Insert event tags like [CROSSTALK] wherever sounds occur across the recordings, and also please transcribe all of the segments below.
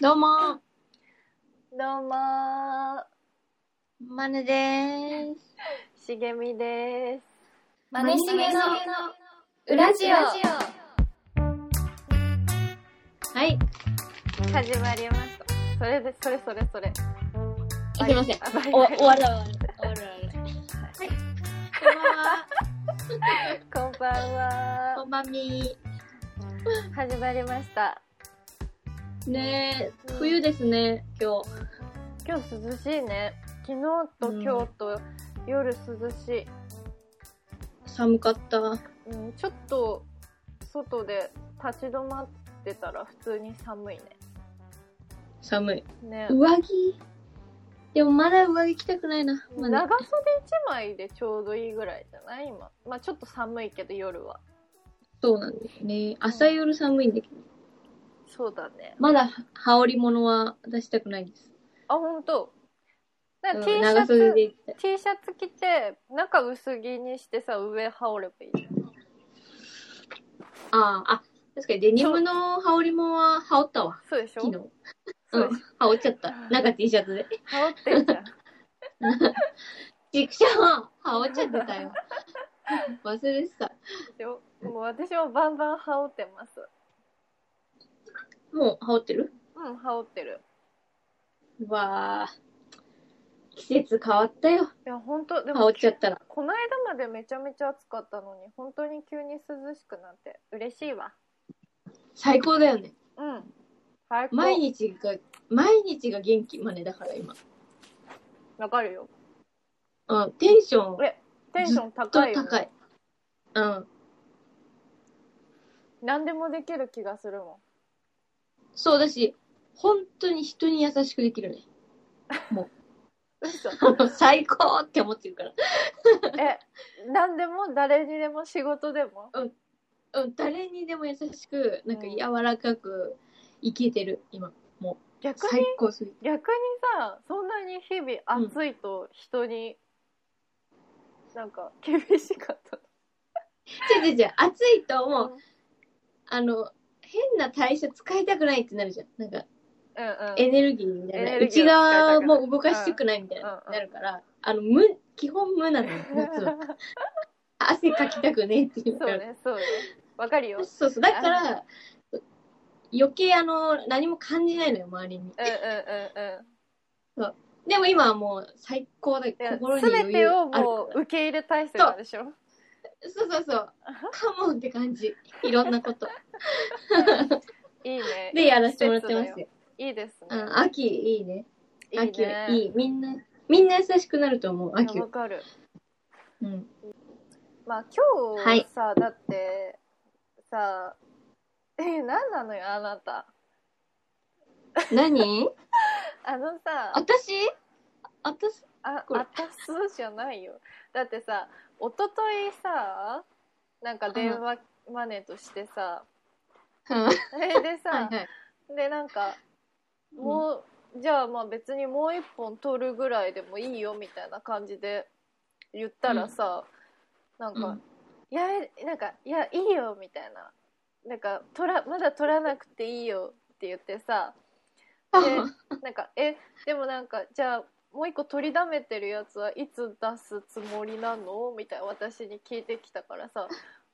どうも、どうもー、まねでーす。しげみです。まねしげのウララジオ。はい、始まりました。それで、それそれそれ。すいませんあ。バイおバイ終わる終わる終わる終わる。はい、こんばんは。こんこんばばんは。んみ始まりました。ねえ、冬ですね、今今日涼しいね。昨日と今日と夜涼し日。寒かった。い。うん、ちょっと外で立ち止まってたら普通に寒い寒い。ね。ね。上着でもまだ上着着たくないな。まだ長袖1枚でちょうどいいぐらいじゃない今。まあちょっと寒いけど夜は。そうなんですね。朝夜寒いんだけど。そうだね。まだ羽織り物は出したくないです。あ、ほんと。だかうらん T シャ長ツ、袖で行きたい。 T シャツ着て、中薄着にしてさ、上羽織ればいいじゃん。ああ、あ、確かにデニムの羽織り物は羽織ったわ。そうでしょ昨日。そううんでしょ、羽織っちゃった。なんか T シャツで。羽織ってるじゃん。ちくしょう羽織っちゃってた [LAUGHS] よ。忘れてた。でしょもう私もバンバン羽織ってます。もう羽織ってるうん、羽織ってる。うわあ。季節変わったよ。いや、ほんと、で羽も織っ、ちゃったら。この間までめちゃめちゃ暑かったのに、本当に急に涼しくなって、嬉しいわ。最高だよね。うん。最高。毎日が、毎日が元気まねだから今。わかるよ。うん、テンション、テンション高といよ、ね。高い。うん。何でもできる気がするもそうだし、本当に人に優しくできるね。 [LAUGHS] ん。嘘。最高って思ってるから。え、何でも誰にでも仕事でも。うん、誰にでも優しく、なんか柔らかく生きてる、今。逆に最高すぎて。逆にさそんなに日々暑いと人に、なんか厳しかった違う違う違う、暑いとものう、あの、変な代謝使いたくないってなるじゃん。なんか、うんうんエネルギーみたいエな。ネル内ギーを使いたくない側も動かしたくないみたいな、うんなるから、あの、無、基本無なの [LAUGHS] よ、夏は。汗かきたくねえっていう。そうねそうねわかるよ、うんそうそう。だから、余計あの、何も感じないのよ、周りに。うんうんうんでも今はもう最高だいや心に全余裕てをあるもう受け入れ体制なんでしょそうそう [LAUGHS] そう。カモンって感じ。いろんなこと。いいねで、やらせてもらってますよ。いいですうねん、秋いいね。いい秋ねいい。みんな、みんな優しくなると思う、い秋や。わかるうん。まあ今日さ、だってさえ何なのよあなた [LAUGHS] 何あのさ私私あ、これあたすじゃないよ。だってさ、一昨日さ、なんか電話マネーとしてさ、うんはいそれでさ、はい。でなんか、うんもう、じゃあまあ別にもう一本取るぐらいでもいいよみたいな感じで言ったらさ、なんか、うんいやえなんかいやいいよみたいな、なんか取らまだ取らなくていいよって言ってさ、でなんかえでもなんかじゃあもう一個取りだめてるやつはいつ出すつもりなのみたいな私に聞いてきたからさ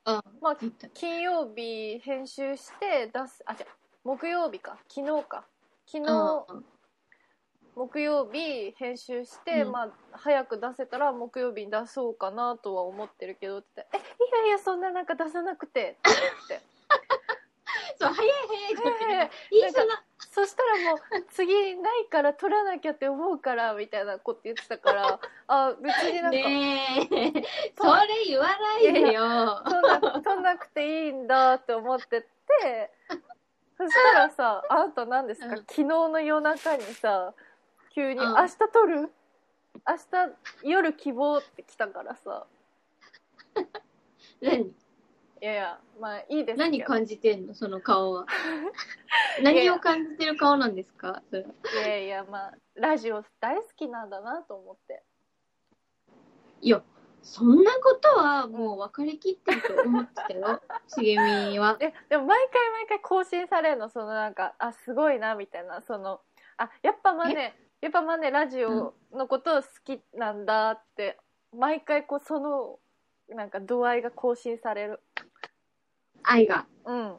うんまあ金曜日編集して出すあじゃ木曜日か昨日か昨日うん木曜日編集して、うんまあ早く出せたら木曜日に出そうかなとは思ってるけどって言ったらえいやいやそんななんか出さなくて」って言って。そう、早い早いって言ってるえーいいそんな。そしたらもう次ないから取らなきゃって思うからみたいなこと言ってたからあ別になんか、ね [LAUGHS] え。それ言わないでよ。取んな取んなくていいんだって思って [LAUGHS] てそしたらさあんた何ですか、うん昨日の夜中にさ急に「うん明日取る明日夜希望」って来たからさ何いやいやまあいいです何けど感じてんのその顔 [LAUGHS] は。何を感じてる顔なんですかそれいやいやまあラジオ大好きなんだなと思っていや、そんなことはもう分かりきってると思ってた [LAUGHS] よ、茂みは。えでも毎回毎回更新されるのそのなんかあすごいなみたいなそのあやっぱマネやっぱマネラジオのことを好きなんだって、毎回こうそのなんか度合いが更新される愛が。うん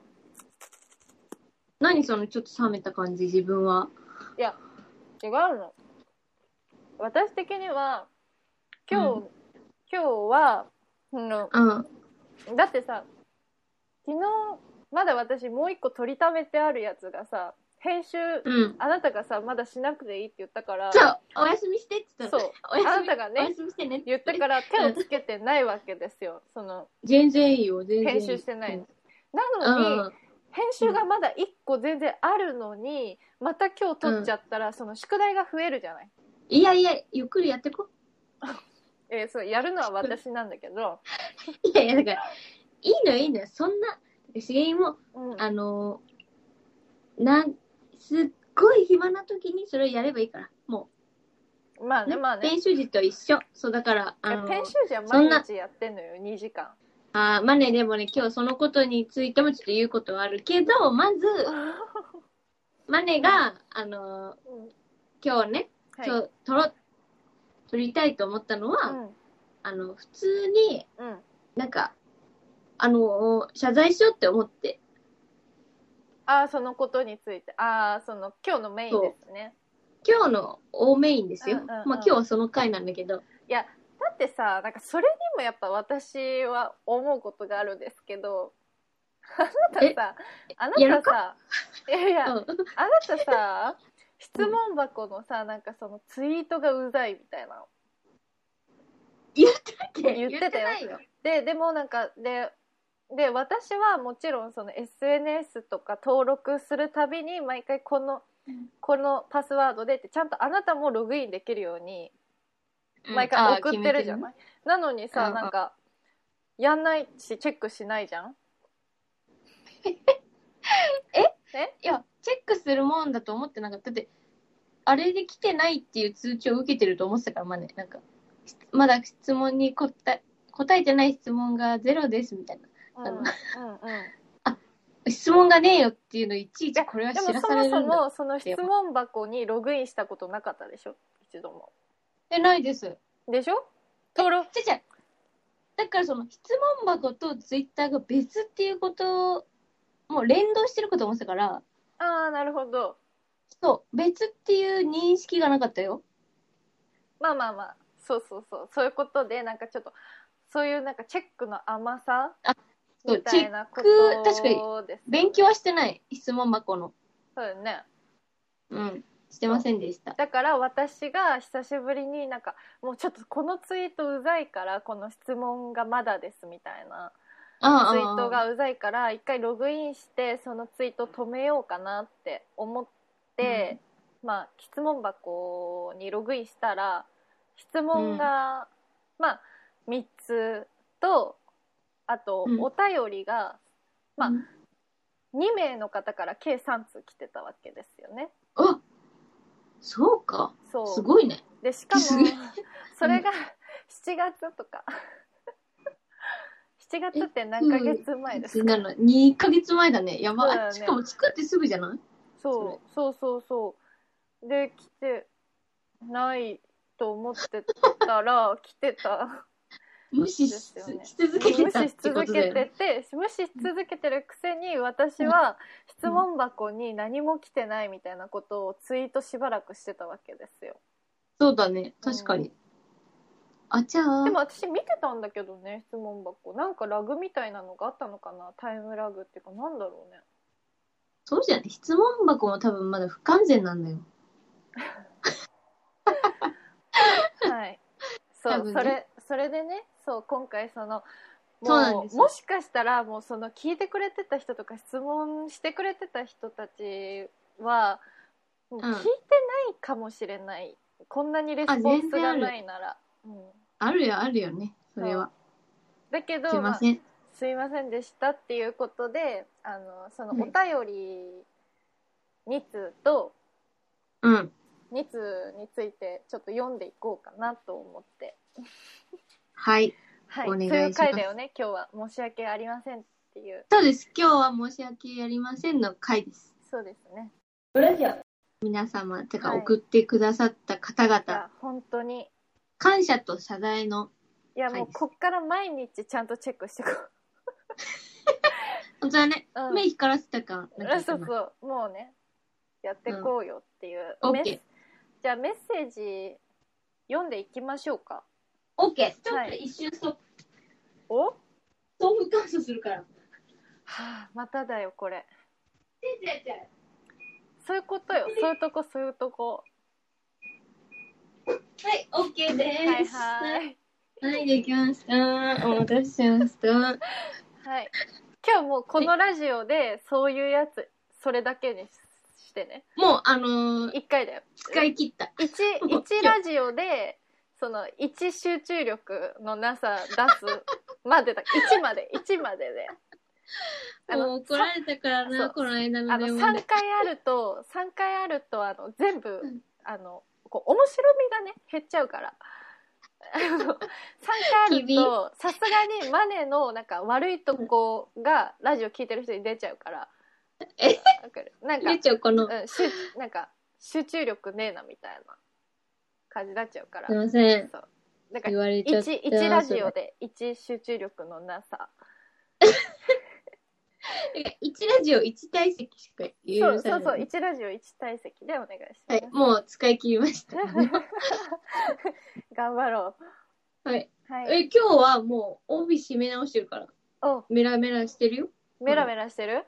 何そのちょっと冷めた感じ、自分は。違うの私的には今日、う今日はそのうん。だってさ昨日まだ私もう一個取りためてあるやつがさ編集うん。あなたがさまだしなくていいって言ったからそう、お休みしてって言ったその。 [LAUGHS] うお休みあなたがねお休みしてねって言ったから手をつけてないわけですよその全然いいよ、全然いい。編集してないのうなのに、ん。うん。編集がまだ1個全然あるのにまた今日撮っちゃったら、その宿題が増えるじゃない、いやいや、ゆっくりやってこ。 [LAUGHS] えーそうやるのは私なんだけど、いやいや、だから、いいのよ、いいのよ。そんな、茂みも、うんあのーなん、すっごい暇な時にそれをやればいいから。もまあう、ねまあね編集時と一緒。そう、だから、あのー編集時はそんな毎日やってんのよ2時間あーまあね、でもね、今日そのことについてもちょっと言うことはあるけど、まず、マネが、あのうんー今日ね、はい今日、撮ろ、撮りたいと思ったのは、うんあの、普通に、うんなんか、あのー謝罪しようって思って、ああそのことについてああその今日のメインですね今日の大メインですよ。うんうんうんまあ今日はその回なんだけど、いやだってさなんかそれにもやっぱ私は思うことがあるんですけどあなたさあやなるたさいやいや、うん [LAUGHS] あなたさ質問箱のさなんかそのツイートがうざいみたいなの言ってたよてないよ。ででもなんかでで私はもちろんその SNS とか登録するたびに毎回このうんこのパスワードでってちゃんとあなたもログインできるようにうん毎あー回送ってるじゃない、なのにうんさうんなんかやんないしチェックしないじゃんいや、チェックするもんだと思ってなかった。だって、あれで来てないっていう通知を受けてると思ってたから、まあね、なんか、しまだ質問に答え、答えてない質問がゼロですみたいな。うんあうのんうん質問がねえよっていうのいちいちこれはで知らもそされもるんだ。そもその質問箱にログインしたことなかったでしょ一度もでないです。でしょ登録じゃじゃだからその質問箱とツイッターが別っていうことを、もう連動してること思ってたから、ああなるほどそう、別っていう認識がなかったよ。まあまあまあそうそうそうそういうことでなんかちょっとそういうなんかチェックの甘さあそうみたいなこチェック確かにとです勉強はしてない、質問箱の。そうよねうん、してませんでした。だから私が久しぶりになんかもうちょっとこのツイートうざいからこの質問がまだですみたいなああツイートがうざいから一回ログインしてそのツイート止めようかなって思って、まあ質問箱にログインしたら質問が、まあ3つとあとうんお便りがまあうん2名の方から計3通来てたわけですよね。あそうか。そうすごいね。でしかもすごいそれが7月とか7月って何ヶ月前ですかなの2ヶ月前だね。やば、そうだねしかも作ってすぐじゃないそうそうそうそうで来てないと思ってたら来てた無視し,、ですよね続けてた無っ視してこ続とだけよね。てて無視し続けてるくせに私は質問箱に何も来てないみたいなことをツイートしばらくしてたわけですよそうだね。確かに。あちゃー。でも私見てたんだけどね質問箱なんかラグみたいなのがあったのかなタイムラグっていうかなんだろうねそうじゃない質問箱も多分まだ不完全なんだよ。 [LAUGHS] はい。そ多う、分そねれ、それでね、そう、今回その、そもうなんでうすもしかしたらもうその聞いてくれてた人とか質問してくれてた人たちはもう聞いてないかもしれない、こんなにレスポンスがないなら、うん、あるよ、あるよね。それは。だけどすいません。あすいませんでしたっていうことであのそのお便り2通とうん。 2通についてちょっと読んでいこうかなと思ってはい。はおい、願いしますそういう回だよね今日は申し訳ありませんっていうそうです。今日は申し訳ありませんの回です。そうですね皆様、てかはい送ってくださった方々、いや本当に感謝と謝罪の、いやはいもうこっから毎日ちゃんとチェックしてこ [LAUGHS] う、本当はね、うん目光らせたかなあんかそ今うそうもうねやってこうよっていう、うんメッ OK じゃあメッセージ読んでいきましょうか OK! ちょっはとい一瞬ストップ、おは豆腐乾燥するから。あまただよこれちゃちゃそういうことよそういうとこそういうとこはい、OK ではいはーいす。はい、できました。お待たせしました。はい今日もうこのラジオでそういうやつそれだけにしてねもう、あのー、 1回だよ使い切った。一一ラジオでその一集中力のなさ出すまでだ一まで一までであもうの怒られたからそな、うこの間あのの電3話で。回ある [LAUGHS] と3回あるとあの全部んあのこう面白みがね減っちゃうから。あの3回ある厳とさすがにマネのなんか悪いとこがラジオ聞いてる人に出ちゃうからえわかるなんかゆうちゃん、この、うん、しゅなんか集中力ねえなみたいな感じになっちゃうからすいません。そうなんか言われちゃった。一一ラジオで一集中力のなさ一ラジオ一体積しか言そううそうそう一ラジオ一体席でお願いしまはすい、、もう使い切りま [LAUGHS] した。頑張ろはい。うはいえ、今日はもう帯締め直してるから、おメラメラしてるよ。メラメラしてる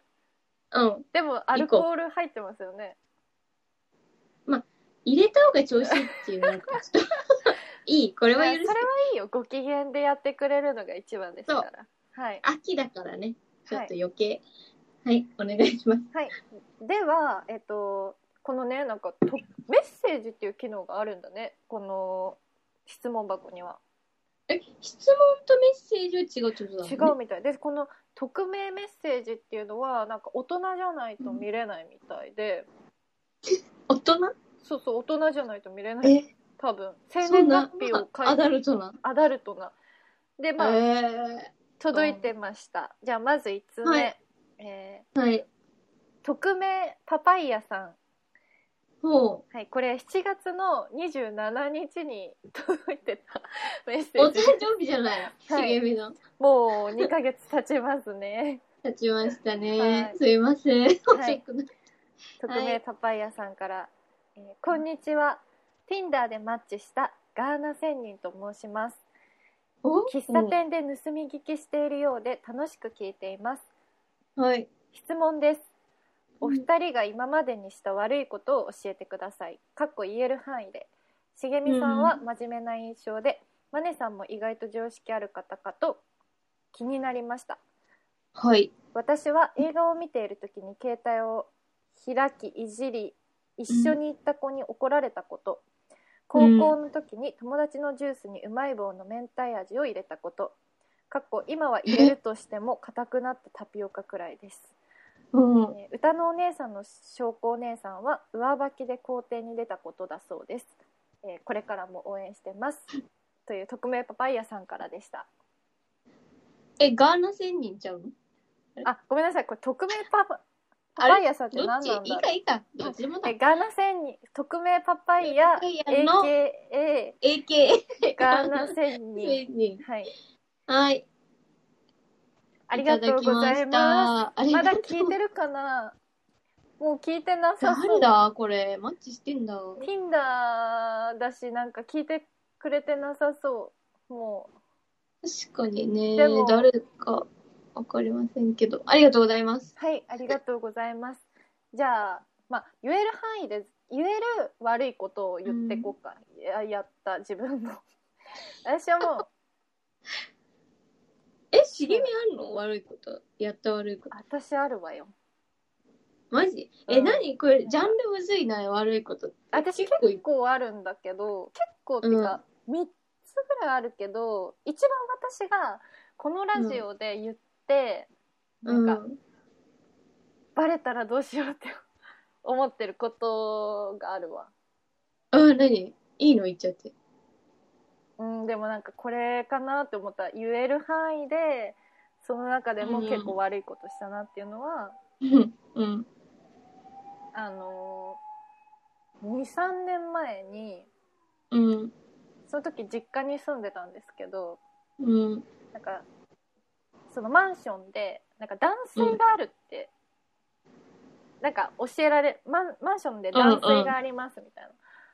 うん。でもアルコール入ってますよね入れた方が調子いいっていう、なんかちょっといい、これいやそはれ許はして。いいよご機嫌でやってくれるのが一番ですからはい、秋だからね、ちょっと余計。はい、お願いします。はい、ではえっとこのねなんかとメッセージっていう機能があるんだねこの質問箱にはえ、質問とメッセージは違うってことだもんね違うみたいですこの匿名メッセージっていうのはなんか大人じゃないと見れないみたいで、大人そうそう大人じゃないと見れないえ、多分生そ年んな月日を書アいてダルトな。アダルトなでまあ、え届いてましたじゃあまず1つ目、はいえー、はい。ー匿名パパイヤさんほはい、これ7月の27日に [LAUGHS] 届いてたメッセう。おー誕ジ生日じゃない。はい茂みの。もう2ヶ月経ちますね立ちましたはね。いすいません。チェいックの匿名パパイヤさんから、えーこんにちは Tinder でマッチしたガーナ仙人と申しますお喫茶店で盗み聞きしているようで楽しく聞いていますうんはい。質問ですお二人が今までにした悪いことを教えてくださいかっこ言える範囲でしげみさんは真面目な印象で、マネさんも意外と常識ある方かと気になりましたはい。私は映画を見ている時に携帯を開きいじり一緒に行った子に怒られたこと、うん高校の時に友達のジュースにうまい棒の明太味を入れたことかっこ今は入れるとしても硬くなったタピオカくらいですうん。えー歌のお姉さんの証拠お姉さんは上履きで校庭に出たことだそうです、えーこれからも応援してますという匿名パパイヤさんからでしたえ、ガーナ仙人ちゃうのあごめんなさいこれ匿名パパあパれパイヤさんってど何なっんちだろういいかいいか。どっちでもだえ。ガーナ仙人匿名パパイヤパパイヤの AKA AKA ガーナ仙人 [LAUGHS] 仙人。はいはい。ありがとうございますす。ありまがだとう。聞いてるかなもう聞いてなさそ誰うだこれ。マッチしてんだ。 Tinder だしなんか聞いてくれてなさそうも確かにねでも。誰かわかりませんけど。ありがとうございます。うはいありがとうございますじゃあまあ言える範囲で言える悪いことを言ってこうか、いややった自分も私はもうえ、茂みあるの悪いこと。やった悪いこと。私あるわよマジうえ、ん何これ、ジャンルむずいな、悪いことって。私結構結構あるんだけど結構ってか、3つぐらいあるけど一番私がこのラジオで言って、うん。なんかバレたらどうしようって思ってることがあるわうん、何いいの言っちゃって。うん、でもなんかこれかなって思ったら言える範囲でその中でもうんうん結構悪いことしたなっていうのは、うんうんあの23年前にうんその時実家に住んでたんですけどうんなんかそのマンションでなんか断水があるって、なんか教えられマンマンションで断水がありますみたいな。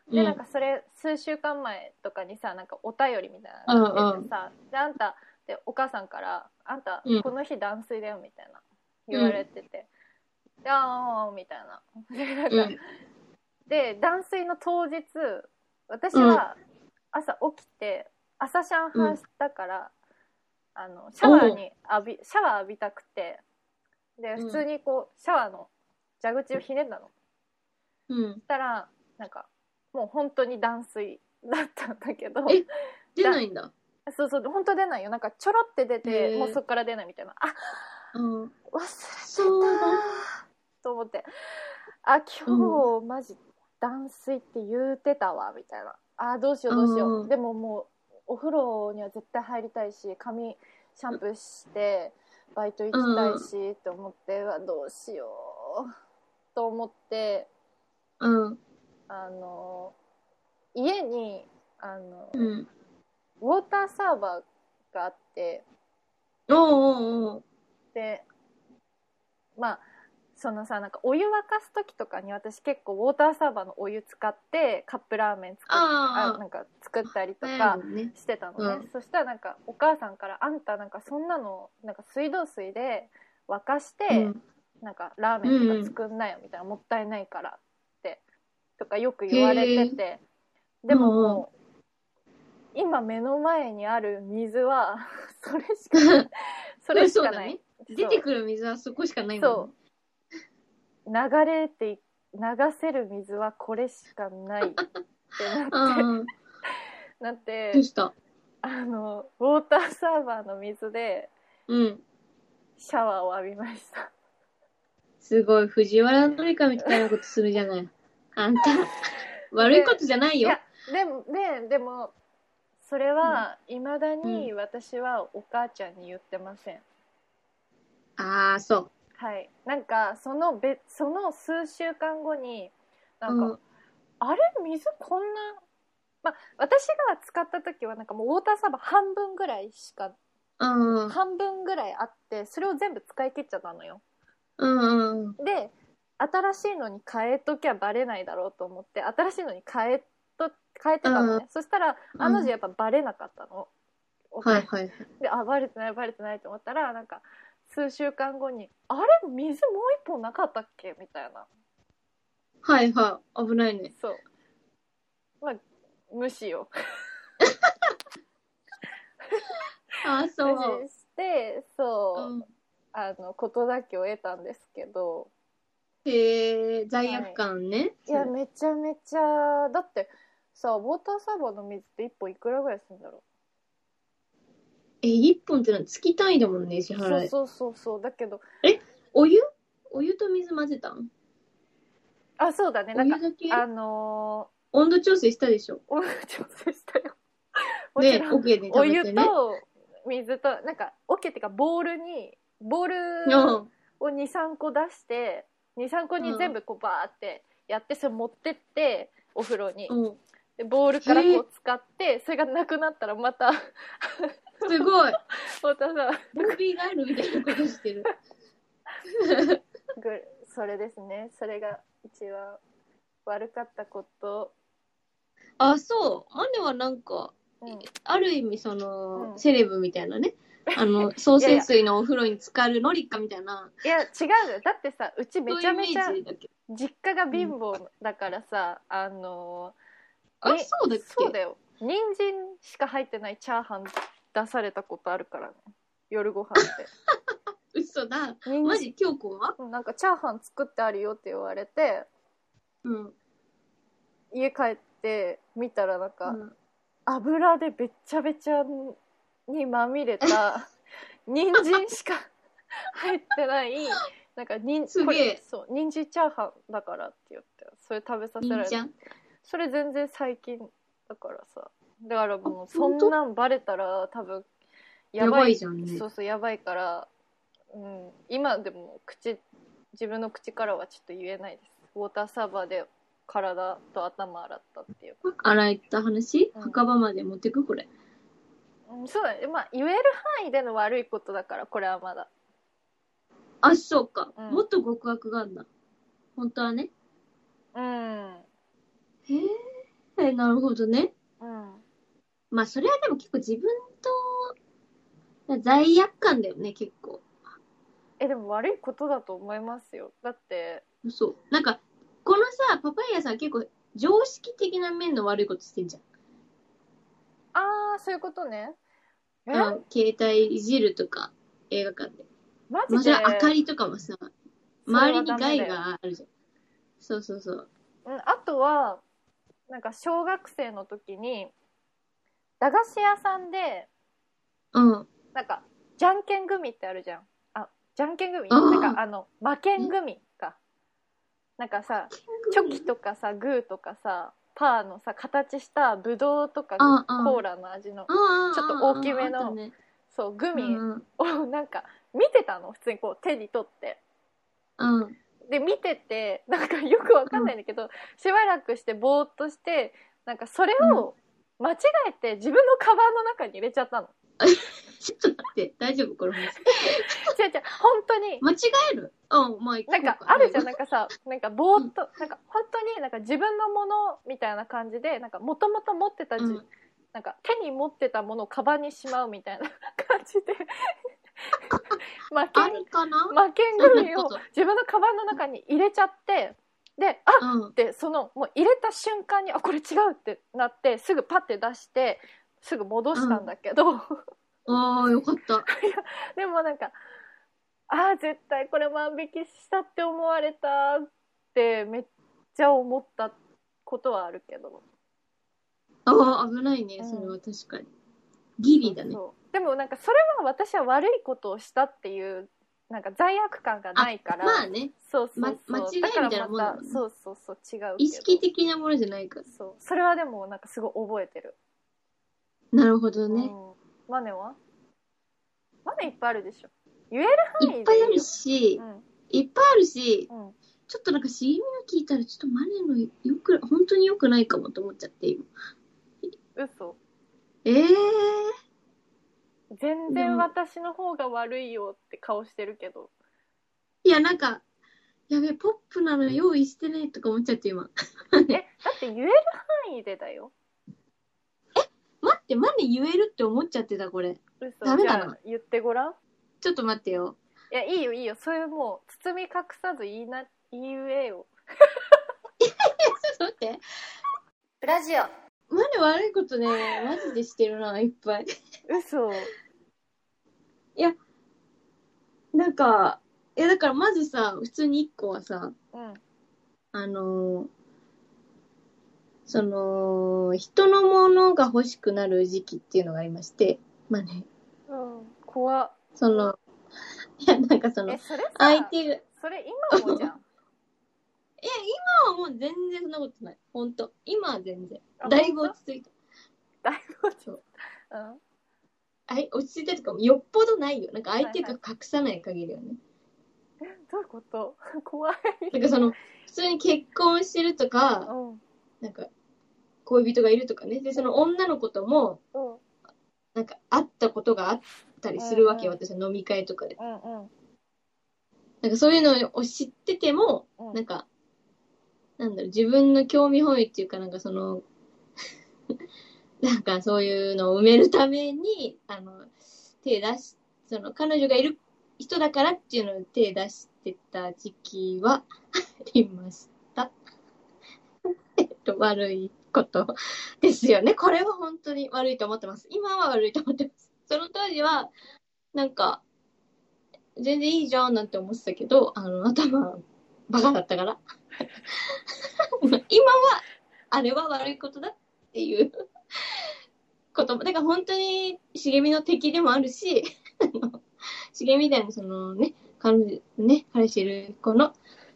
でなんかそれ数週間前とかにさなんかお便りみたいなのが出てさ、であんたでお母さんから「あんたうんこの日断水だよ」みたいな言われてて「でああ」みたいな。 [LAUGHS] でなんかうんで断水の当日私は朝起きて朝シャン派だから、あのシャワーに浴びシャワー浴びたくてでうん普通にこうシャワーの蛇口をひねったの。うんったらなんかもう本当に断水だったんだけどえ出ないんだそうそう本当出ないよなんかちょろって出へてーもうそっから出ないみたいなあうん忘れてそうだたと思ってあ今日マジ断水って言うてたわみたいなあどうしようどうしよう、うんでももうお風呂には絶対入りたいし髪シャンプーしてバイト行きたいし、と思ってうわどうしようと思ってうんあの家にあの、うんウォーターサーバーがあっておうおうおうでまあそのさなんかお湯沸かす時とかに私結構ウォーターサーバーのお湯使ってカップラーメン作っあーあなんか作ったりと早いかもんねしてたのね、うそしたらなんかお母さんから「あんたなんかそんなのなんか水道水で沸かして、うんなんかラーメンとか作んなよみたいな、もったいないからってとかよく言われててでももう、今目の前にある水は [LAUGHS] それし [LAUGHS] かないそれしかない、そうだね出てくる水はそこしかないもんそう流れてい流せる水はこれしかないってああな [LAUGHS] ってなってどうしたあのウォーターサーバーの水でうんシャワーを浴びましたすごい藤原紀香みたいなことするじゃないあん [LAUGHS] た悪いことじゃないよいやでもねでもそれはいまだに私はお母ちゃんに言ってません、ああそうはいなんかそのべその数週間後になんか、うんあれ水こんなまあ私が使った時はなんかもうウォーターサーバー半分ぐらいしかうん半分ぐらいあってそれを全部使い切っちゃったのようんうんで新しいのに変えときゃバレないだろうと思って新しいのに変えと変えてたのね、そしたらんあの字やっぱバレなかったの、はいはいはいであバレてないバレてないと思ったらなんか数週間後にあれ水もう一本なかったっけみたいなはいはい危ないねそうまあ無視よああ無そう視してそう、うんあの事だけを得たんですけどへえ罪悪感ねいやめちゃめちゃだってさウォーターサーバーの水って一本いくらぐらいするんだろえ一本ってのは月単位だもんね支う、払いそうそうそうそうだけどお湯お湯と水混ぜたんあそうだねおなん湯かだけあの温度調整したでしょー、 [LAUGHS] お調整したよもちでろん OK でお食べ湯てねと水となんかオケっていうかボウルにボウルうんを23個出して23個に全部こうバーってやってそれ持ってってお風呂にうんでボウルからこう使ってそれがなくなったらまた [LAUGHS] すごいまたさボービーがあるみたいなことしてるぐそれですねそれが一番悪かったこと、 [LAUGHS] あそうマネはなんかうん、ある意味その、うんセレブみたい [LAUGHS] なねあの創生水のお風呂に浸かるノリカみたいないや違うよだってさうちめちゃめちゃそういうイメージだけど実家が貧乏だからさ、あのあねそうだっけそうだよ人参しか入ってないチャーハン出されたことあるからね夜ご飯で嘘だ人参 [LAUGHS] マジ京子はうんなんかチャーハン作ってあるよって言われてうん、家帰って見たらなんうか、ん油でべっちゃべちゃにまみれ [LAUGHS] た人参しか入ってないなんかにんすげえこれそう人参チャーハンだからって言ってそれ食べさせらいいれじてゃんそれ全然最近だからさだからもうあそ本ん当なんバレたら多分やばいじゃんねそうそうやばいから、うん、今でも口自分の口からはちょっと言えないですウォーターサーバーで体と頭洗ったっていう、洗った話うん墓場まで持ってくこれうん、そうだねまあ言える範囲での悪いことだからこれはまだあそうか、うんもっと極悪があんだ本当はねうんへえなるほどねうんまあそれはでも結構自分と罪悪感だよね結構えでも悪いことだと思いますよだってそうなんかこのさパパイヤさん結構常識的な面の悪いことしてんじゃんああそういうことねえあの携帯いじるとか映画館でマまあジそれでは明かりとかもさ周りに害があるじゃんそうそうそううん、あとはなんか小学生の時に駄菓子屋さんでうんなんかじゃんけん組ってあるじゃんあじゃんけん組あーなんかあの負けん組かなんかさチョキとかさグーとかさパーのさ形したぶどうとかああコーラの味のちちょっと大きめのねそうグうミんうんをなんか見てたの普通にこう手に取ってうんで見ててなんかよくわかんないんだけど、しばらくしてぼーっとしてなんかそれを間違えて自分のカバンの中に入れちゃったの。ちょっと待って大丈夫これ本違う違う本当に当間違えるうんまあなんかあるじゃんななんかさなんかぼーっとなんか本当になんか自分のものみたいな感じでなんかもともと持ってたじ、うんなんか手に持ってたものをカバンにしまうみたいな [LAUGHS] 感じ [LAUGHS] で負けあるかな負けんそ組んなをこと自分のカバンの中に入れちゃってであうんでそのもう入れた瞬間にあこれ違うってなってすぐパッて出してすぐ戻したんだけど、ああよかったでもなんかああ絶対これ万引きしたって思われたってめっちゃ思ったことはあるけどああ危ないねそれは確かにギリだねそうでもなんかそれは私は悪いことをしたっていうなんか罪悪感がないからまあねそうそうそう、ま間違いみだたかいならまたもんだもんねそうそうそう違うけど意識的なものじゃないからそうそれはでもなんかすごい覚えてるなるほどね、うん、マネはマネいっぱいあるでしょ言える範囲でいっぱいあるし、いっぱいあるしうんうん、ちょっとなんか CM の聞いたらちょっとマネのよく本当に良くないかもと思っちゃって今嘘ええ全然私の方が悪いよって顔してるけどいやなんかやべえポップなの用意してねとか思っちゃって今えだって言える範囲でだよ待ってマネ言えるって思っちゃってたこれ嘘ダメだなじゃあ言ってごらんちょっと待ってよいやいいよいいよそれもう包み隠さず言いな言えよ [LAUGHS] ちょっと待ってブラジオマネ悪いことねマジでしてるないっぱい嘘なんかいやだからまずさ普通に1個はさうんあのーその人のものが欲しくなる時期っていうのがありましてまあねうん怖っその、いや、なんかそえの、それさ相手が、いそれ今もじ [LAUGHS] ゃんや、今はもう全然そんなことない。ほんと。今は全然あ。だいぶ落ち着いた。だいぶ落ちそううんあい落ち着いたとかもよっぽどないよ。なんか相手はがい隠さない限りはね。どういうこと怖いなんかその、普通に結婚してるとか、うんなんか、恋人がいるとかね。で、その女の子とも、うんなんか会ったことがあったりするわけよ。う私は飲み会とかで。うんうんなんかそういうのを知ってても、うんなんか、なんだろう、自分の興味本位っていうかなんかその、 [LAUGHS] なんかそういうのを埋めるために、あの、手出し、その彼女がいる人だからっていうのを手出してた時期は [LAUGHS] ありました。えっと、悪いことですよね。これは本当に悪いと思ってます。今は悪いと思ってます。その当時は、なんか、全然いいじゃんなんて思ってたけど、あの、頭、バカだったから。 [LAUGHS] 今は、あれは悪いことだっていうことも、だから本当に、茂みの敵でもあるし、 [LAUGHS] あの茂みみたいな、そのね、彼女、ね、彼氏いる子の、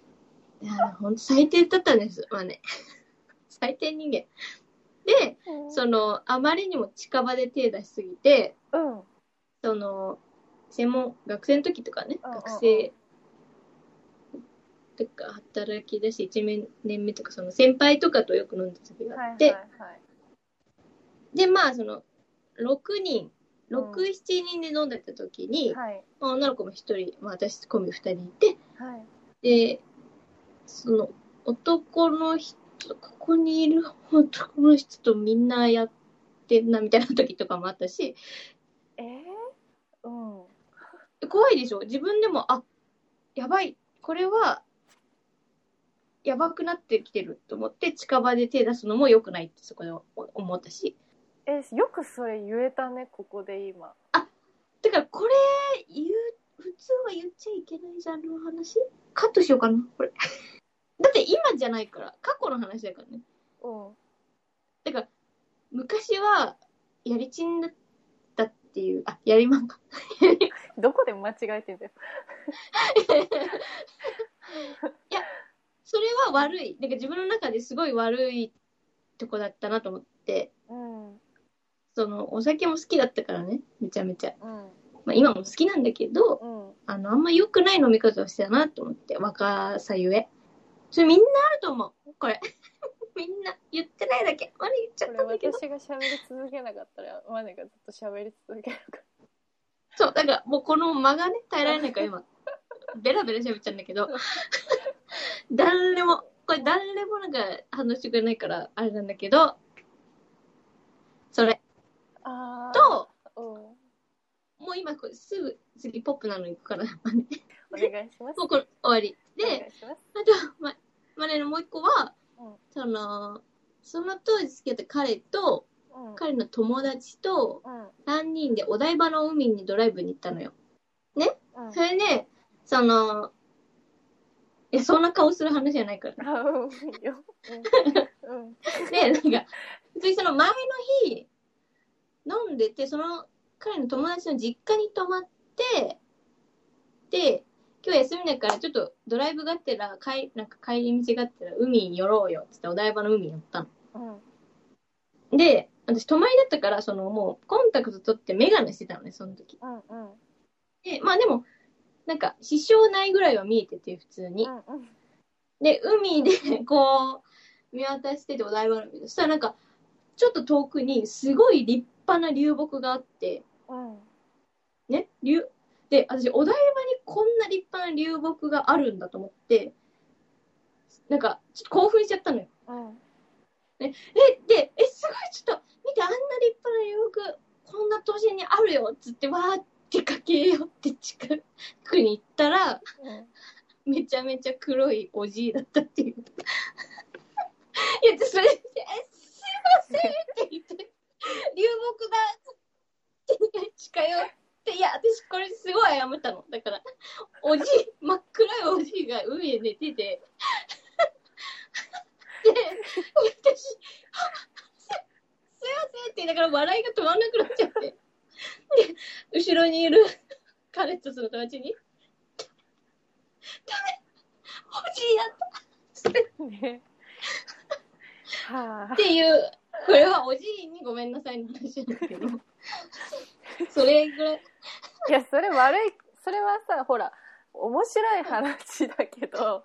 [LAUGHS] いや、本当最低だったんです、まあね。最低人間。で、うんその、あまりにも近場で手出しすぎて、うんうんその、専門、学生の時とかね、うんうんうん学生とか働き出し1年目とか、その先輩とかとよく飲んだ時がはあいはっいて、はいで、まあ、その、6人、6、うん7人で飲んでた時に、はいまあ女の子も1人、まあ、私込み2人いて、はいで、その、男の人、ここにいる男の人とみんなやってんな、みたいな時とかもあったし、えーうん怖いでしょ自分でも、あ、やばい、これは、やばくなってきてると思って、近場で手出すのも良くないってそこで思ったし。えよくそれ言えたねここで今だからこれ言う普通は言っちゃいけないジャンルの話カットしようかなこれ [LAUGHS] だって今じゃないから過去の話だからねうんだから昔はやりちんだったっていうあやりまんかどこで間違えてんだよそれは悪いだから自分の中ですごい悪いとこだったなと思ってうんそのお酒も好きだったからねめちゃめちゃ、うんまあ、今も好きなんだけどうんあの、あんま良くない飲み方をしてたなと思って、若さゆえ。それみんなあると思う、これ。 [LAUGHS] みんな言ってないだけ。あれ言っちゃこっれたんだけど。私が喋り続けなかったらマネがずっと喋り続けるかそう、だからもうこの間がね、耐えられないから今。ベラベラ喋っちゃうんだけど。 [LAUGHS] 誰も、これ誰もなんか反応してくれないから、あれなんだけど。それらああと、うんおもう今これすぐ次ポップなの行くから、 [LAUGHS] マネ願いしますもうこれ終わり。おで願、いしますあと、ま、マネのもう一個は、うんその、その当時付き合った彼と、うん彼の友達と、うん3人でお台場の海にドライブに行ったのよ。うんそれで、その、いや、そんな顔する話じゃない [LAUGHS] から。あうんいいようんうんで、なんか、普通にその前の日、飲んでて、その、彼の友達の実家に泊まって、で、今日休みだから、ちょっとドライブがてら、帰なんか帰り道がてら、海に寄ろうよ、つってお台場の海に寄ったの。うんで、私、泊まりだったから、その、もう、コンタクト取ってメガネしてたのね、その時。うんうんで、まあでも、なんか、支障ないぐらいは見えてて、普通に。うんうんで、海で、こう、見渡してて、お台場の海でそしたらなんか、ちょっと遠くに、すごい立派な流木があって、うんね、流、で、私、お台場にこんな立派な流木があるんだと思って、なんか、ちょっと興奮しちゃったのよ。うんえ、で、え、すごい、ちょっと、見て、あんな立派な洋服、こんな都心にあるよ、つって、わーって駆け寄って近くに行ったら、うんめちゃめちゃ黒いおじいだったっていう。いや、でそれで、え、すいませんって言って、流木だって近寄って、いや、私これすごい謝ったの。だから、おじい、真っ暗いおじいが海で寝てて、で、私、すいませんって言いながら笑いが止まんなくなっちゃって。で、後ろにいる彼とその友達に、ダメおじいやったっねはあていう、これはおじいにごめんなさいの話なんだ [LAUGHS] けど、それぐらい、いやそれ悪いそれはさほら面白い話だけ [LAUGHS] ど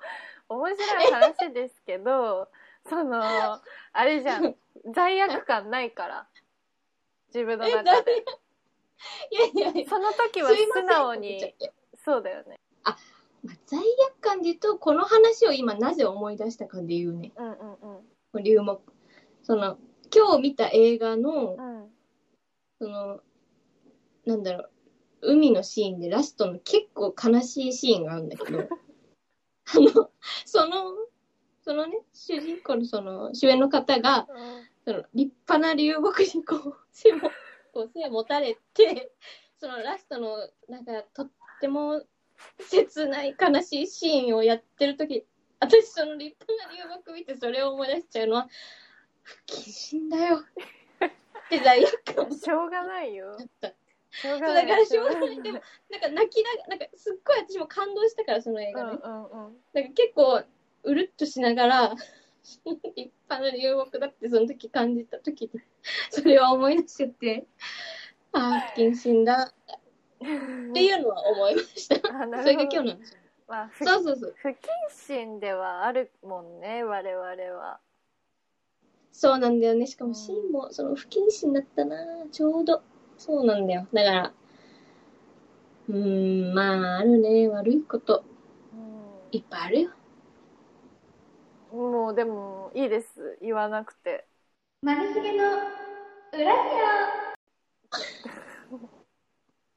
面白い話ですけどそのあれじゃん罪悪感ないから自分のえ、中何でいやいやいや、その時はすいませ素ん直って言っちゃっにてそうだよねまあ罪悪感で言うと、この話を今なぜ思い出したかで言うね。うんうんうん理由も。その、今日見た映画のう、んその、なんだろう、海のシーンでラストの結構悲しいシーンがあるんだけ [LAUGHS] ど、あの、その、そのね、主人公のその、主演の方が、その、立派な流木にこう、背も、こう背を持たれて、そのラストの、なんか、とっても切ない悲しいシーンをやってる時私その立派な流木見てそれを思い出しちゃうのは、不謹慎だよ。って罪悪感をしょうがないよだった。しょ [LAUGHS] うそがうなだいからしょうがない。でも、なんか泣きながら、なんかすっごい私も感動したから、その映う画んね。うんうんなんか結構、うるっとしながら、 [LAUGHS] 立派な流木だってその時感じた時にそれは思い出しちゃってああ謹慎だっていうのは思いましたあなるほどそれが今日の話まあ、不そうそうそう不謹慎ではあるもんね我々はそうなんだよねしかもシーンもその不謹慎だったなちょうどそうなんだよだからうーんまああるね悪いこといっぱいあるようんもうでもいいです言わなくてマルヒゲの裏庭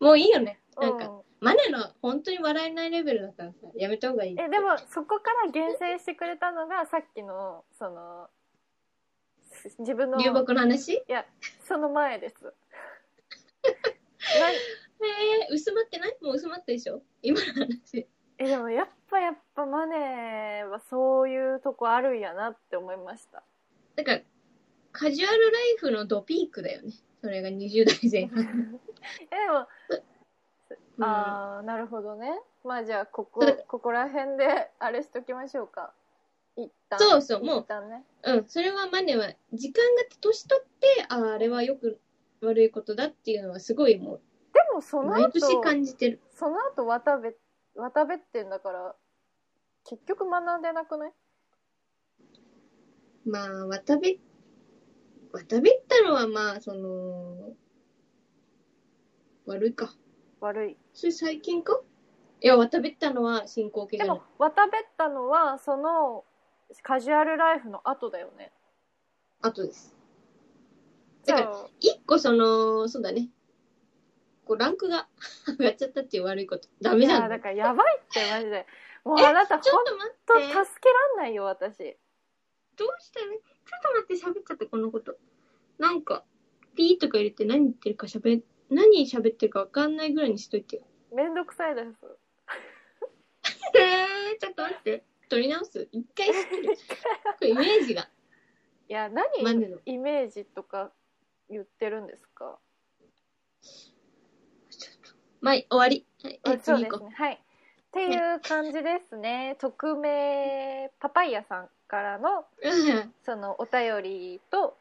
もういいよねなんか、うマネの本当に笑えないレベルだからさやめた方がいいん、えでもそこから厳選してくれたのがさっきのそのす自分の流木の話えいやその前です [LAUGHS] なんー、薄まってないもう薄まったでしょ今の話えでもやっぱやっぱマネーはそういうとこあるんやなって思いましただからカジュアルライフのドピークだよねそれが20代前半、えでもうんああなるほどねまあじゃあここそうだここら辺であれしときましょうか一旦そうそうもう一旦ねうん、それはマネは時間が年取ってあああれはよく悪いことだっていうのはすごいもでもそうの毎後年感じてるその後渡部渡部ってんだから結局学んでなくないまあ渡辺渡辺ったのはまあその悪いか悪いそれ最近かいや渡辺ったのは進行形じでゃないも渡部ったのはそのカジュアルライフの後だよねあとですじだゃからあ一個そのそうだねこうランクが [LAUGHS] 上がっちゃったっていう悪いことダメいじゃやんだからやばいってマジでもうあなた本ちょっと待当って助けらんないよ私どうしたらちょっと待って、喋っちゃった、このこと。なんか、ピーとか入れて何言ってるか喋、何喋ってるか分かんないぐらいにしといてよ。めんどくさいですえー、ちょっと待って。取り直す。一回仕切る。これイメージが。いやマ何ネのイメージとか言ってるんですかまあ、終わり。はい、えあそう次で行すこねはいっていう感じですね匿名パパイヤさんからのう。うんそのお便りと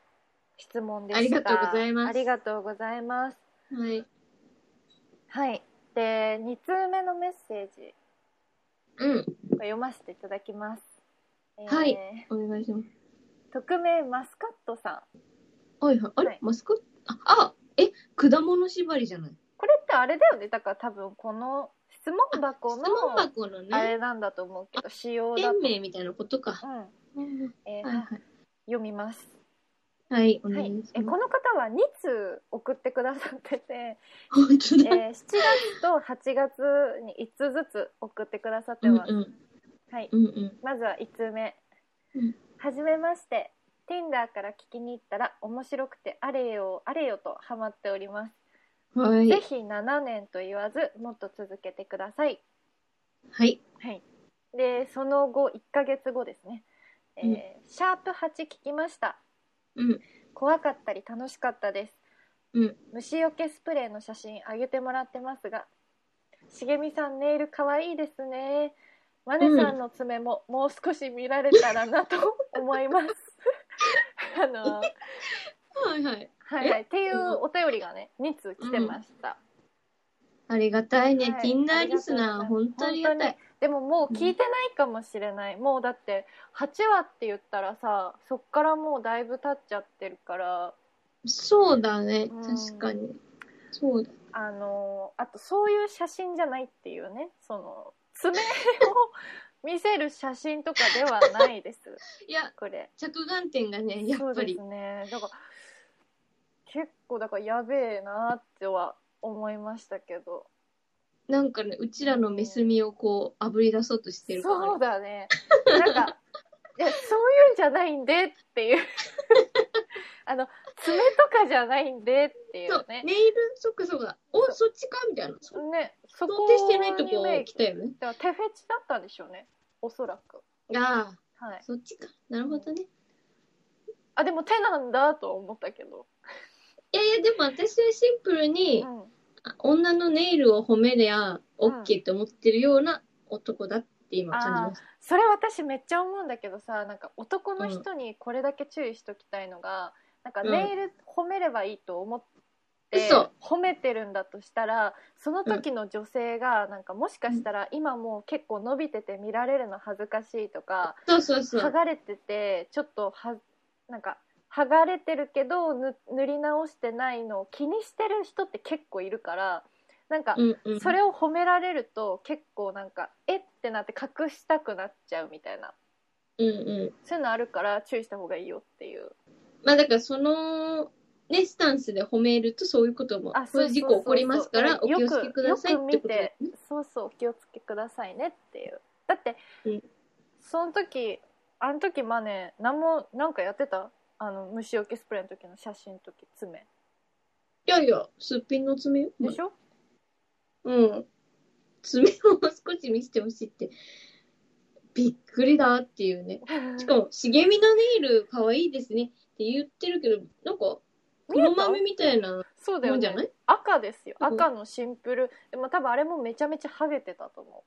質問でしたありがとうございますありがとうございますはい。はいで2通目のメッセージうん。これ読ませていただきますはいえお願いします。ー匿名マスカットさんおいはい。あはれいマスコットあ、あ、え、果物縛りじゃない。これってあれだよねだから多分この質問箱質の問箱のあね、れなんだと思うけど仕様だ店と名みたいなことか。うんえーはいはい。読みます。はい、おは願いいし、えこます。の方は2通送ってくださっ [LAUGHS] てて、本当えーだ。 7月と8月に1通ずつ送ってくださってうんます。うん。はい、うんうん。まずは1通目うん。はじめまして。Tinder から聞きに行ったら面白くてあれよあれよとハマっております。はいぜ。ひ7年と言わずもっと続けてください。はい。はい、でその後1ヶ月後ですね、えーうんシャープ8聞きましたうん。怖かったり楽しかったです、うん虫除けスプレーの写真あげてもらってますが茂美さんネイル可愛いですねマネさんの爪ももう少し見られたらなと思います [LAUGHS] あのはいはい。はいはいっていうお便りがね2通来てました、ありがたいね。はい Tinder リスナー、本当にありがたい。でももう聞いてないかもしれない、もうだって8話って言ったらさそっからもうだいぶ経っちゃってるからそうだね。うん確かに。そうだ。あのあとそういう写真じゃないっていうねその爪を見せる写真とかではないですいや、これ着眼点がね、やっぱり。そうですねだから結構だからやべえなっては思いましたけどなんかね、うちらのメスみをこう、炙り出そうとしてるから。そうだねなんかいやそういうんじゃないんでっていうあの爪とかじゃないんでっていそううねネイル、そっかそっか。お、そっちかみたいな。想ねそこ定してないとこにメイ来クたよね。だから手フェチだったんでしょうねおそらくあはあ、いそっちか。なるほどね。あでも手なんだとは思ったけど、いやいや、でも私はシンプルうに、ん、女のネイルを褒めりゃ、OK って思ってるような男だっって今感じましそれ私めっちゃ思うんだけどさなんか男の人にこれだけ注意しときたいのが、なんかうんネイル褒めればいいと思って嘘褒めてるんだとしたらその時の女性がなんかもしかしたら今もう結構伸びてて見られるの恥ずかしいとか、た。そうそうそ剥う。がれててちょっとはなんか剥がれてるけどぬ塗り直してないのを気にしてる人って結構いるからなんかうんうん。それを褒められると結構なんかえってなって隠したくなっちゃうみたいなうんうん。そういうのあるから注意した方がいいよっていうまあだからその、ね、スタンスで褒めるとそういうことも、こういう事故起こりますから、お気をつけくださいよくって見ことでて、そうそうお気をつけくださいねっていうだって、うんその時あの時マネ何もなんかやってたあの虫除けスプレーの時の写真の時爪いやいや、すっぴんの爪よ。でしょ、うん。爪を少し見せてほしいって、びっくりだっていうね。しかも、茂みのネイル可愛いですねって言ってるけど、なんか、 [LAUGHS] 見えた黒豆みたいなそうだもよんじゃねない赤ですようん赤のシンプル、でも多分あれもめちゃめちゃハゲてたと思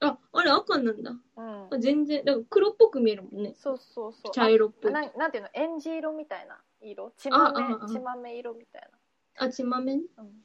あ、あれ赤なんだ。ううんあ全然、だから黒っぽく見えるもんね。そうそうそう茶色っぽい。ななんていうのえんじ色みたいな色血豆あああ血豆色みたいあ、血豆ねな、うん、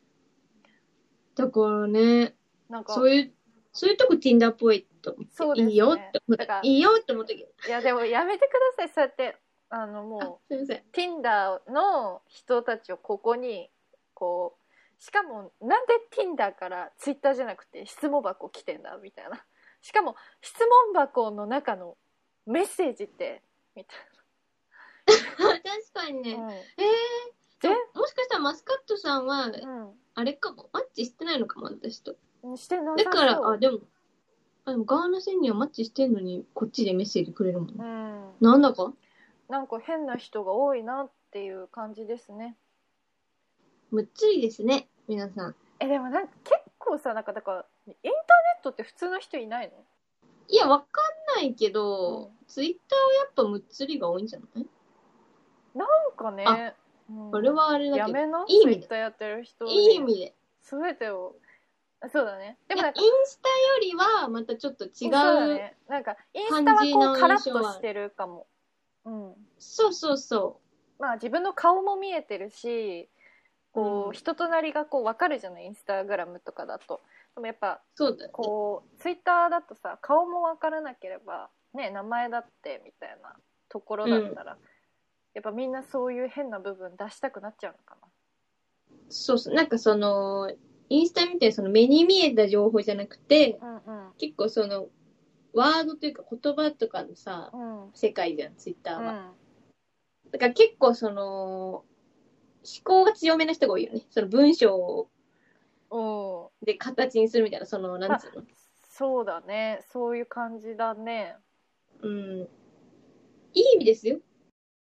だからね、なんかそういう、そういうとこ Tinder っぽいと思って。そうですねいいよって思っだからた。いいよって思ったけど。いやでもやめてくださいそうやってあのあも、すいませ [LAUGHS] ん。う Tinder の人たちをここにこうしかもなんで Tinder から Twitter じゃなくて質問箱来てんだみたいなしかも質問箱の中のメッセージってみた確かにね。いな、うんえー、ででもしかしたらマスカットさんは、うんあれかも、マッチしてないのかも、私と。してなださそうから、あ、でも、あ、でも、側の線にはマッチしてんのに、こっちでメッセージくれるもんうな。ん、なんだかなんか変な人が多いなっていう感じですねむっつりですね、皆さん。えでもなんか結構さなんかだからインターネットって普通の人いないのいや、わかんないけど、うツイッターはやっぱむっつりが多いんじゃないなんかねあうんこれはあれだやけど、めないい意味で Twitter やってる人いい意味で。全てをあそうだねでいもや、なインんかスタよりは、またちょっと違そうう。だねなんかインスタはこうカラッとしてるかもうんそうそうそまあ自分の顔も見えてるしこう、うん人となりがこう分かるじゃないインスタグラムとかだとでもやっぱう。そうだね。こうツイッターだとさ顔も分からなければ、ね、名前だってみたいなところだったら、やっぱみんなそういう変な部分出したくなっちゃうのかそうそう。なんかその、インスタみたいにその目に見えた情報じゃなくて、な。うん結構その、ワードというか言葉とかのさ、うんうん世界じゃん、ツイッターは。うんだから結構その、思考が強めな人が多いよね。その文章おーで形にするみたいな、その、なんつうの。そうだねそういう感じだねうん。いい意味ですよ。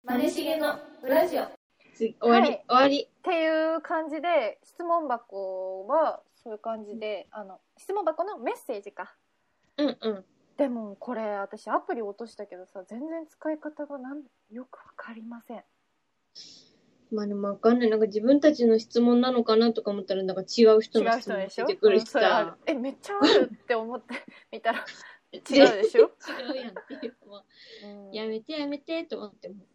マネしげのラジオっ次、終わり、はい終わり。ていう感じで質問箱はそういう感じで、あの質問箱のメッセージかうんうん。でもこれ私アプリ落としたけどさ全然使い方がなんよくわかりませんまあでもわかんない。なんか自分たちの質問なのかなとか思ったら、なんか違う人違のう質人問でしょ出てくるしうんそれあるさ。えめっちゃあるって思って [LAUGHS] 見たら違う違うでしょ、やんっていう。もうんうやめてやめてと思っても。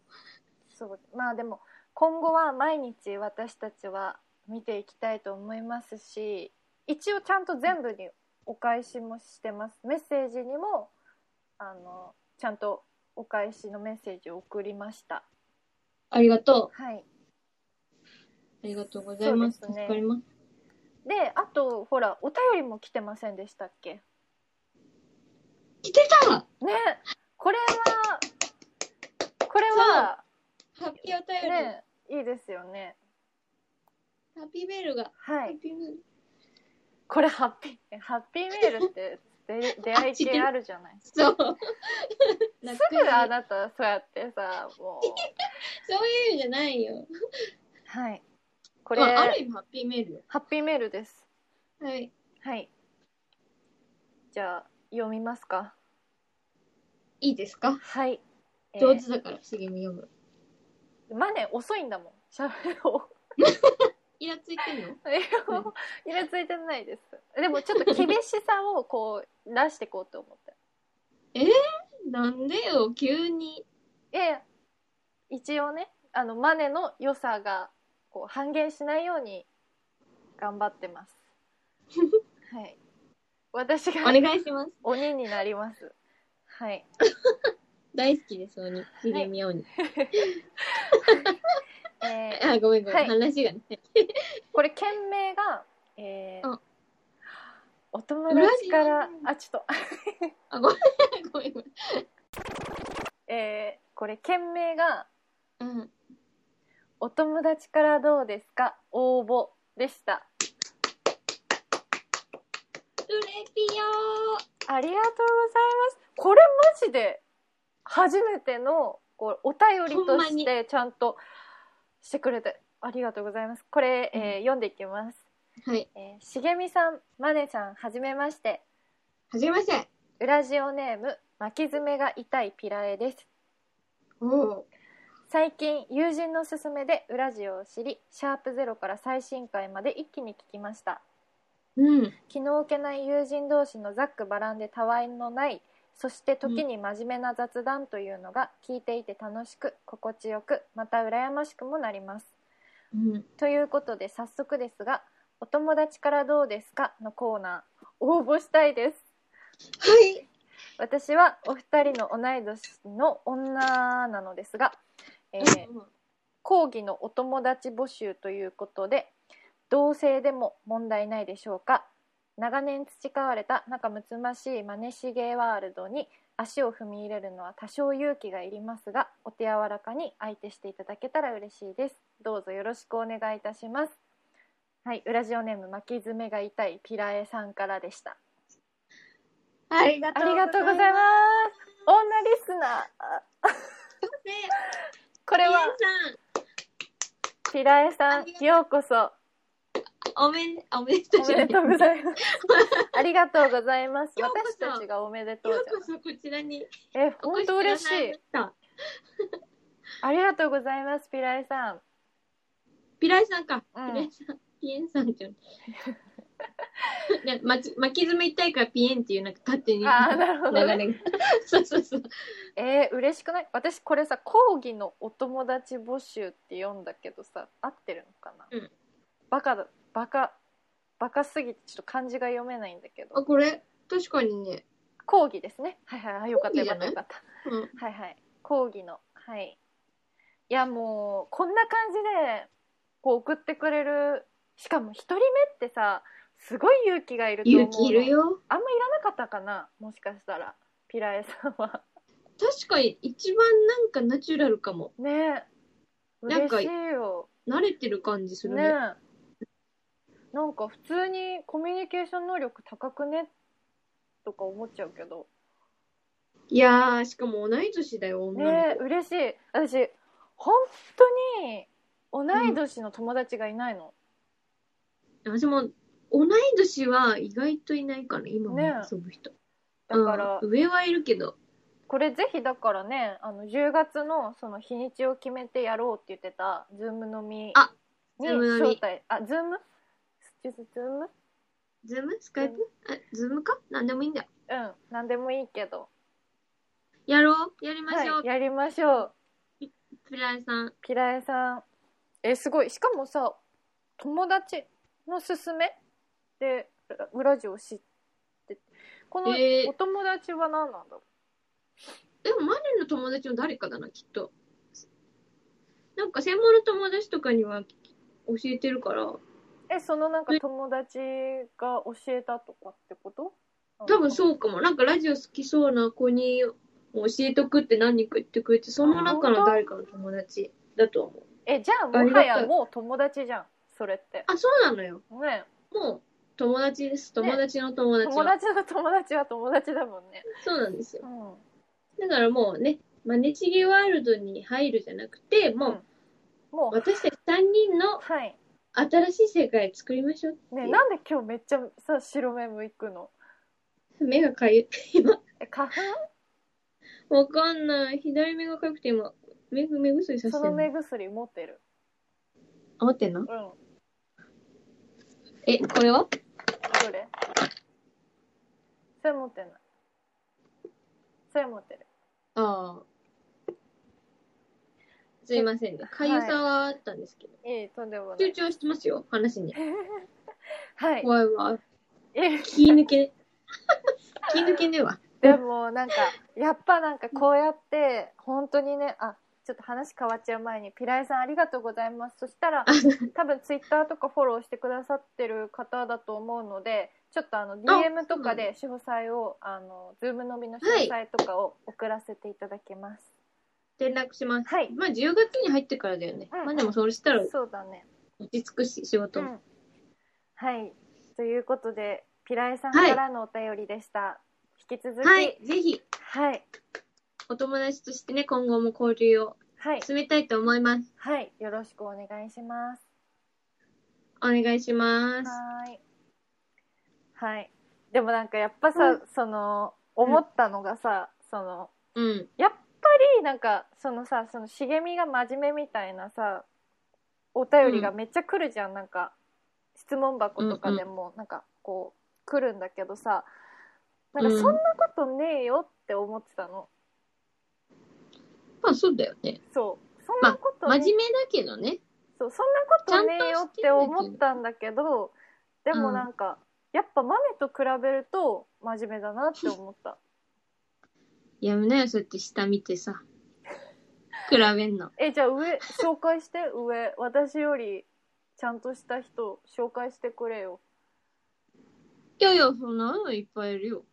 そうまあでも今後は毎日私たちは見ていきたいと思いますし一応ちゃんと全部にお返しもしてますメッセージにもあのちゃんとお返しのメッセージを送りましたありがとはい、う。ありがとうございます。そうですね助かります。であとほらお便りも来てませんでしたっけ来てたねこれはこれはハッピーお便り。ねいいですよねハッピーベルが。はハいッピーベル。これハッピーハッピーメールって出出会い系あるじゃないそう。 [LAUGHS] す楽にぐあなたそうやってさもうそういう意味じゃないよ。はいここれ、れ、まあ、ある意味ハッピーメールよ。ハッピーメールですはい。はいじゃあ読みますかいいですかはい、えー上手だから、次に読む。マネ遅いんだもんしゃべろイラついてんの [LAUGHS] うイラついてないですでもちょっと厳しさをこう出していこうと思ってなんでよ、急に。いやいや一応ねあのマネの良さがこう半減しないように頑張って [LAUGHS] ますはい私おが願いします。鬼になりますはい大好きです、鬼。茂み鬼。えーあ、ごめんごめん。はい話 [LAUGHS] がね。これ件名がえーうんお友達か裏ら地あちょっとあ、ごめん。ごめんごえー、これ件名がめん。うん。 「お友達からどうですか応募」でしたルレピありがとうございます。これマジで初めてのこうお便りほんとましにてちゃんとしてくれてありがとうございます。これ、えー読んでいきます。ーはい。えー、しげみさん、まねちゃん、はじめまして。はじめまして。ウラジオネーム、巻き爪が痛いピラエです。おお。最近、友人の勧めでウラジオを知り、シャープゼロから最新回まで一気に聞きました。うん。気の置けない友人同士のざっくばらんでたわいのないそして時に真面目な雑談というのが聞いていて楽しく心地よくまた羨ましくもなります。うん。ということで早速ですが「お友達からどうですか?」のコーナー応募したいです。はい。私はお二人の同い年の女なのですが、えー講義のお友達募集ということで同性でも問題ないでしょうか長年培われた仲睦ましいマネしゲワールドに足を踏み入れるのは多少勇気がいりますがお手柔らかに相手していただけたら嬉しいですどうぞよろしくお願いいたしますはい、ウラジオネーム巻き爪が痛いピラエさんからでしたありがあとうりがとうございます女リスナーあす。ねこれ皆はピラエさあんりがとうようこそさん、おめん、おめでとうおじめゃないでとうございます。 [LAUGHS] ありがとうございます。ようこそ私たちがおめでとうようじゃこそこちらにん。え、お越本しくだ当嬉しさいいま。した。ありがとうございます、ピライさん。ピライさんか。うピんライさん。ピエンさんじゃん。ね巻き巻き爪痛いからピエンっていうなんか勝手に流あーなるほどねれが。 [LAUGHS] そうそうそう。えー、嬉しくない私これさ、講義のお友達募集って読んだけどさ、合ってるのかな、うんバカだ、バカ、バカすぎてちょっと漢字が読めないんだけあ、ど。これ、確かにね。講義ですね。はいはいはい、よかったよかったよかった。うん。はいはい講義のはいいやもうこんな感じでこう送ってくれるしかも一人目ってさすごい勇気がいると思う勇気いるよ。あんまいらなかったかなもしかしたらピラエさんは [LAUGHS] 確かに一番なんかナチュラルかも。ねえなんか嬉しいよ慣れてる感じするねね。えなんか普通にコミュニケーション能力高くねとか思っちゃうけどいやー、しかも同い年だよ、女の子。ねえ嬉しい私本当に同い年の友達がいないの、私も、同い年は意外といないから、今もね遊ぶ人。だから、うん上はいるけど。これぜひだからねあの10月のその日にちを決めてやろうって言ってたズームのみにあ招 Zoom 飲み待あズームズズームズームスカイプあ、ズームかなんでもいいんだ。うん何でもいいけど、やろうやりましょう、はい、やりましょうプライさん。ピラエさんえすごいしかもさ友達の勧めでウラジオ知ってこのえーお友達は何なんだろでも、マネの友達の誰かだな、きっと。なんか、専門の友達とかには教えてるから、うえそのなんか友達が教えたとかってこと多分そうかも。なんか、ラジオ好きそうな子に教えとくって何人か言ってくれて、その中の誰かの友達だと思う。えじゃあもはやもう友達じゃんそれってあ、そうなのよ。ねもう、友達です。ね友達の友達の。友達の友達は友達だもんねそうなんですよ。うんだからもうね、マネチゲワールドに入るじゃなくて、もう、もう私たち3人のはい新しい世界作りましょうっていうねなんで今日めっちゃさ白目向くの目がかゆい。今、え花粉わかんない。左目がかゆくて今、目ぐ、目薬さしそてるのの。目薬持ってるあ、持ってんのうんどえ、これはれそれ持ってないそれは持ってるああ。すいませんね。かゆさはあったんですけど。いいとんでもない集中はしてますよ、話に。はい怖いわ。え気抜け。 [LAUGHS] 気抜けねえわ。でもなんかやっぱなんかこうやって本当にねあちょっと話変わっちゃう前にピライさんありがとうございますそしたら多分ツイッターとかフォローしてくださってる方だと思うのでちょっとあの DM とかで詳細をあのズームのみの詳細とかを送らせていただきます、連絡します。はいまあ10月に入ってからだよね。うんまあでもそうしたらそうだね落ち着くし、仕事うも。んはいということでピライさんはいからのお便りでした、引き続きははいい、ぜひ、はいお友達としてね、今後も交流をはい、進めたいと思います。はい、よろしくお願いしますお願いします。はーい。はい。でもなんかやっぱさ、うんその、思ったのがさ、その、うん。やっぱりなんか、そのさ、その茂みが真面目みたいなさ、お便りがめっちゃ来るじゃん、なんか、質問箱とかでも、なんかこう、来るんだけどさ、なんかうんそんなことねえよって思ってたの。まあそうだよね。そう。そんなことねえ真面目だけどね。そうそんなことねえよって思ったんだけどでんともなんか、やっぱ豆と比べると真面目だなって思ったやめなよ、そうやって下見てさ。比べんの。えじゃあ上紹介して上私よりちゃんとした人紹介してくれよいやいや、そんなのいっぱいいるよ。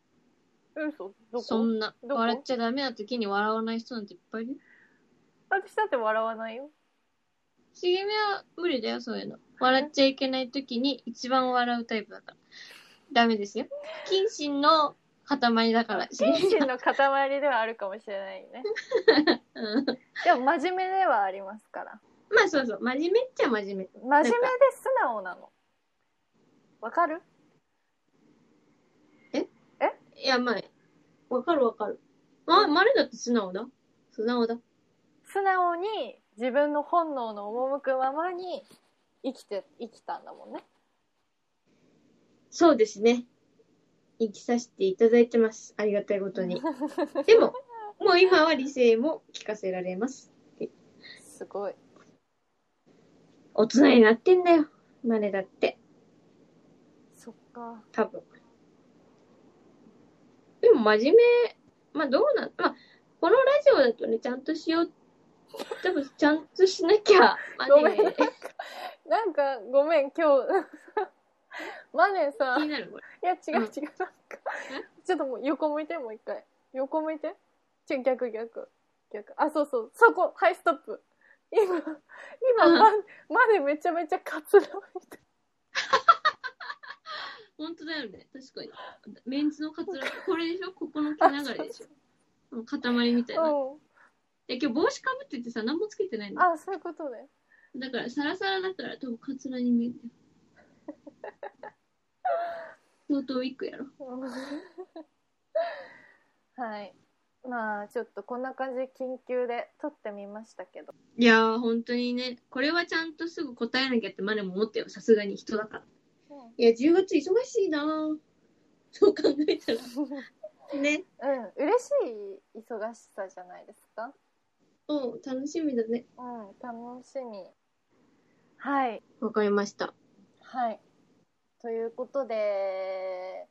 え嘘どそこんな、どこ笑っちゃダメな時に笑わない人なんていっぱいいるよ。私だって笑わないよ茂みは無理だよ、そういうの。笑っちゃいけない時に一番笑うタイプだから。ダメですよ。謹慎の塊だから。心身の塊ではあるかもしれないね [LAUGHS] うんでも真面目ではありますからまあそうそう、真面目っちゃ真面目。真面目で素直なのわかるいや、まあ、わかるわかる。まあ、まるだって素直だ。素直だ。素直に自分の本能の赴くままに生きて生きたんだもんねそうですね。生きさせていただいてます。ありがたいこと [LAUGHS] に。でも、もう今は理性も聞かせられます。 [LAUGHS] すごい大人になってんだよ。まれだって。そっか多分。でも真面目、まあどうなん、まあ、このラジオだとね、ちゃんとしよう。多分、ちゃんとしなきゃ。ま [LAUGHS] ごあめんね、なんかごめん今日 [LAUGHS] マネさ気いになるこれ。や違ううん違う、なんかちょっともう横向いてもう一回横向いて違う逆逆逆あそうそうそこはいストップ今今、うんマネマネめちゃめちゃカツラみたい本当だよね。確かに。メンツのカツラ、これでしょここの毛流れでしょうん塊みたいな。うんで今日帽子かぶっててさ、何もつけてないの。あそういうことねだから、サラサラだから、多分カツラに [LAUGHS] 見える。相当ウィッグやろ。 [LAUGHS] はい。まあちょっとこんな感じで緊急で撮ってみましたけど。いやー、本当にね、これはちゃんとすぐ答えなきゃってマネも思ったよ。さすがに人だから。いや、10月忙しいなーそう考えたら。ね。うん、嬉しい忙しさじゃないですか。うん、楽しみだね。うん、楽しみ。はい。わかりました。はい。ということで、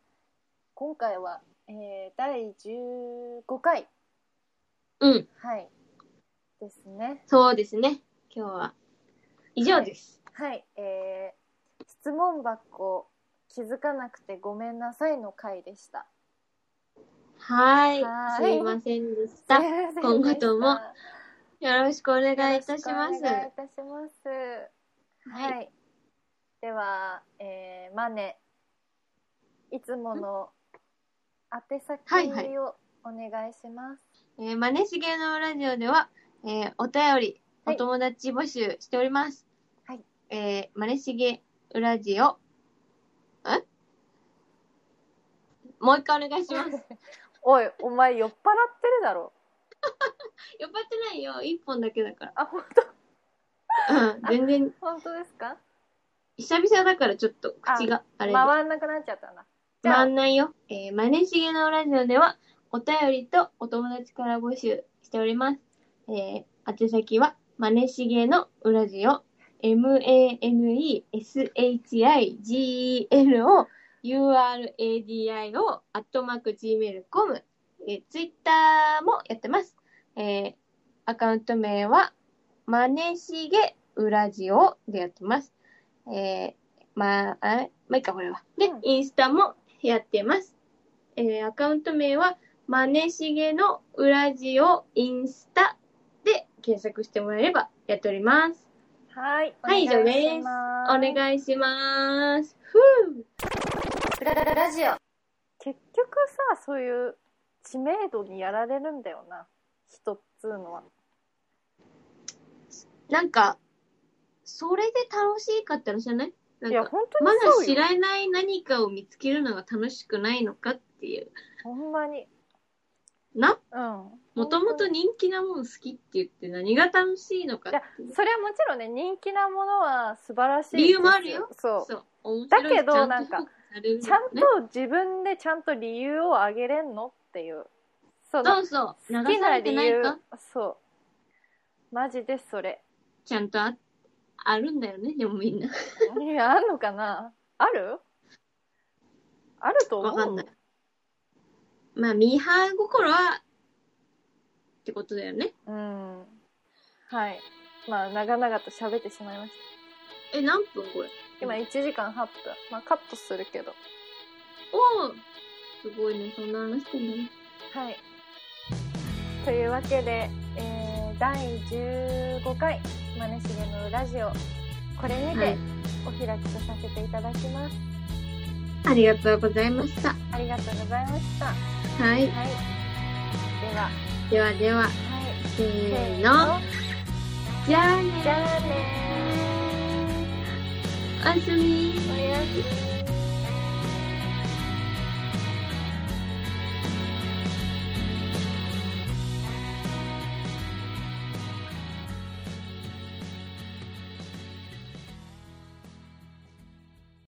今回は、えー第15回。うん、はい。ですね。そうですね。今日は。以上です。はい、えー、質問箱気づかなくてごめんなさいの回でした。はい。はーいすいませんでした。よ今後ともろしくお願いいたしますよろくお。願いいたします。はい。はい。では、えー、マネ、いつもの宛はいはい先をお願いします。えー、マネしげのラジオでは、えー、お便り、おはい友達募集しております。はい。えー、マネしげラジオ、えもう一回お願いし [LAUGHS] ます。おい、お前酔っ払ってるだろ。酔っ払ってないよ。一本だけだかあ、本当 [LAUGHS] ら。うん。全然、本当ですか久々だからちょっと口があれで回んなくなっちゃったんだ。じゃあ回んないよ。えー、マネしげのラジオでは、お便りとお友達から募集しております。えー、宛先は、まねしげの裏ジオ、m-a-n-e-s-h-i-g-e-l-o、uradi を、アットマーク gmail.com、えー、ツイッターもやってます。えー、アカウント名は、まねしげ裏ジオでやってます。えー、まあ、あまあ、いいか、これは。でうん、インスタもやってます。えー、アカウント名は、まねしげの裏ジオインスタで検索してもらえればやっております。はい。はい、以上です。おいし願いします。ふぅ。ます。ララララジオ。結局さ、そういう知名度にやられるんだよな。人っつうのは。なんか、それで楽しいかって話じゃないないんや、か、本当にまだそう知よ。らない何かを見つけるのが楽しくないのかっていう。ほんまに。な、うん。もともと人気なもの好きって言って何が楽しいのかっていう。それはもちろんね人気なものは素晴らしい理由もあるよですそうそう。面だ白いけどちゃとなんか評価されるよねちゃんと自分でちゃんと理由をあげれんのっていうそのそうそう。好流きさなれて理ない由かそうマジでそれちゃんとああるんだよね、でもみんな。いやあんのかなあるあると思うわかんないまあ、ミーハー心は、ってことだよね。うんはいまあ長々と喋ってしまいましえ、何分これた今1時間8分まあカットするけどおーすごいね、そんな話してんだね。はい。というわけで、えー第15回、まねしげのラジオ、これにはていお開きとさせていただきます。ありがとうございました。ありがとうございました。ははいい。。では、はではでは、い。せーせの。。じゃあじねゃあおねやすみー。おやすみ。